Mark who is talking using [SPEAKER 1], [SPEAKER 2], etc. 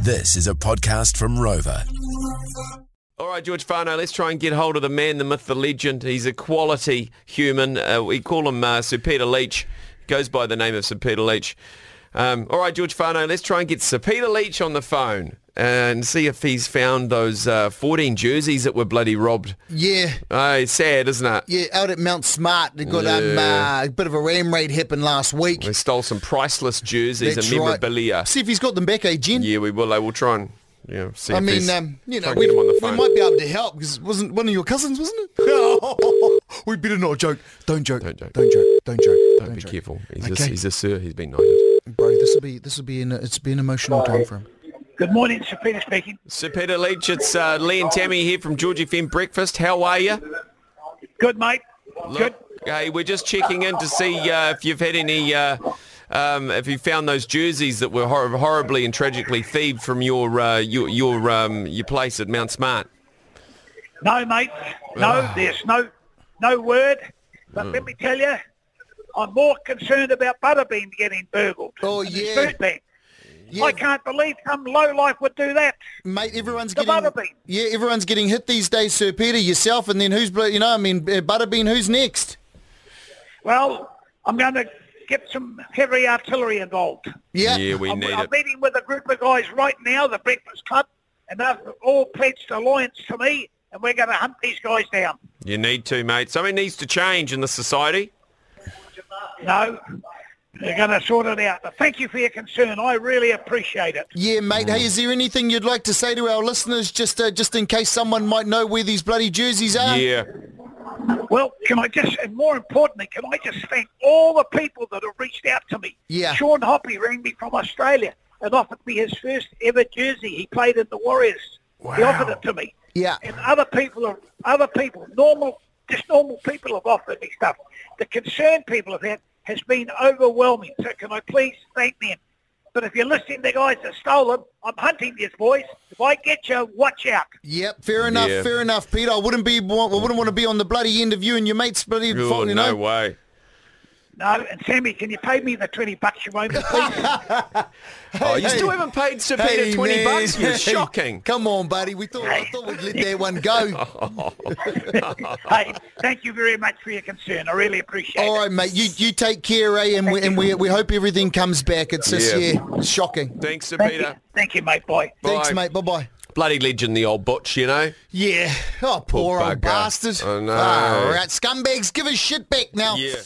[SPEAKER 1] This is a podcast from Rover.
[SPEAKER 2] All right, George Farno, let's try and get hold of the man, the myth, the legend. He's a quality human. Uh, we call him uh, Sir Peter Leach. Goes by the name of Sir Peter Leach. Um, all right, George Farno, let's try and get Sir Peter Leach on the phone and see if he's found those uh, 14 jerseys that were bloody robbed.
[SPEAKER 3] Yeah,
[SPEAKER 2] Oh, it's sad, isn't it?
[SPEAKER 3] yeah, out at Mount Smart, they got um, uh, a bit of a ram raid happened last week.
[SPEAKER 2] They stole some priceless jerseys
[SPEAKER 3] That's
[SPEAKER 2] and
[SPEAKER 3] right.
[SPEAKER 2] memorabilia.
[SPEAKER 3] See if he's got them back, eh, Jen?
[SPEAKER 2] Yeah, we will. I will try and yeah, see
[SPEAKER 3] I
[SPEAKER 2] if
[SPEAKER 3] mean,
[SPEAKER 2] there's-
[SPEAKER 3] um, you
[SPEAKER 2] try
[SPEAKER 3] know,
[SPEAKER 2] and
[SPEAKER 3] we,
[SPEAKER 2] get him on the
[SPEAKER 3] we
[SPEAKER 2] phone.
[SPEAKER 3] might be able to help because wasn't one of your cousins, wasn't it? we better not joke. Don't joke. Don't
[SPEAKER 2] joke.
[SPEAKER 3] Don't joke. Don't joke. Don't,
[SPEAKER 2] Be
[SPEAKER 3] joke.
[SPEAKER 2] careful. He's, a,
[SPEAKER 3] Okay.
[SPEAKER 2] he's a sir. He's been knighted.
[SPEAKER 3] Bro, this will be this will be an it's been an emotional time for him.
[SPEAKER 4] Good morning, Sir Peter speaking.
[SPEAKER 2] Sir Peter Leach, it's uh, Lee and Tammy here from Georgie FM Breakfast. How are you?
[SPEAKER 4] Good, mate. Good.
[SPEAKER 2] Hey, we're just checking in to see uh, if you've had any, uh, um, if you found those jerseys that were hor- horribly and tragically thieved from your uh, your your um, your place at Mount Smart.
[SPEAKER 4] No, mate. No, there's no, no word. But let me tell you, I'm more concerned about Butterbean getting burgled.
[SPEAKER 3] Oh,
[SPEAKER 4] than his
[SPEAKER 3] yeah.
[SPEAKER 4] Food bank.
[SPEAKER 3] Yeah.
[SPEAKER 4] I can't believe some lowlife would do that.
[SPEAKER 3] Mate, everyone's
[SPEAKER 4] The
[SPEAKER 3] getting
[SPEAKER 4] Butterbean.
[SPEAKER 3] yeah, everyone's getting hit these days. Sir Peter, yourself, and then who's blo- you know, I mean, uh, Butterbean, who's next?
[SPEAKER 4] Well, I'm going to get some heavy artillery involved.
[SPEAKER 3] Yeah,
[SPEAKER 2] Yeah, we
[SPEAKER 4] I'm,
[SPEAKER 2] need
[SPEAKER 4] I'm
[SPEAKER 2] it.
[SPEAKER 4] meeting with a group of guys right now, the Breakfast Club, and they've all pledged alliance to me, and we're going to hunt these guys down.
[SPEAKER 2] You need to, mate. Something needs to change in the society.
[SPEAKER 4] No, they're going to sort it out. But thank you for your concern. I really appreciate it.
[SPEAKER 3] yeah, mate.
[SPEAKER 2] Mm.
[SPEAKER 3] Hey, is there anything you'd like to say to our listeners, just uh, just in case someone might know where these bloody jerseys are?
[SPEAKER 2] Yeah.
[SPEAKER 4] Well, can I just, and more importantly, can I just thank all the people that have reached out to me?
[SPEAKER 3] Yeah.
[SPEAKER 4] Sean Hoppy rang me from Australia and offered me his first ever jersey. He played in the Warriors. He offered it to me.
[SPEAKER 3] Yeah.
[SPEAKER 4] And other people, have, other people, normal, just normal people have offered me stuff. The concern people have had has been overwhelming. So can I please thank them? But if you're listening to guys that stole them, I'm hunting these boys. If I get you, watch out.
[SPEAKER 3] Yep, fair enough,
[SPEAKER 2] Yeah.
[SPEAKER 3] fair enough, Peter. I wouldn't be, I wouldn't want to be on the bloody end of you and your mates bloody eh?
[SPEAKER 2] Oh,
[SPEAKER 3] fault, you
[SPEAKER 2] no
[SPEAKER 3] know.
[SPEAKER 2] way.
[SPEAKER 4] No, and Sammy, can you pay me the 20 bucks you owe me, please?
[SPEAKER 2] Oh, you still haven't paid Sir Peter
[SPEAKER 3] Hey,
[SPEAKER 2] 20
[SPEAKER 3] man.
[SPEAKER 2] bucks? You're
[SPEAKER 3] Hey,
[SPEAKER 2] shocking.
[SPEAKER 3] Come on, buddy. We thought I thought we'd let that one go.
[SPEAKER 4] hey, thank you very much for your concern. I really appreciate
[SPEAKER 3] All
[SPEAKER 4] it.
[SPEAKER 3] right, mate. You you take care, eh? And we and we, we hope everything comes back. It's just
[SPEAKER 2] Yeah.
[SPEAKER 3] yeah, it's shocking.
[SPEAKER 2] Thanks, Sir
[SPEAKER 4] Thank you.
[SPEAKER 2] Peter.
[SPEAKER 4] Thank you, mate, boy.
[SPEAKER 3] Thanks,
[SPEAKER 2] Bye.
[SPEAKER 3] mate. Bye bye.
[SPEAKER 2] Bloody legend, the old butch, you know?
[SPEAKER 3] Yeah. Oh, poor, old
[SPEAKER 2] bugger.
[SPEAKER 3] bastard.
[SPEAKER 2] I know.
[SPEAKER 3] All right, scumbags, give his shit back now.
[SPEAKER 2] Yeah.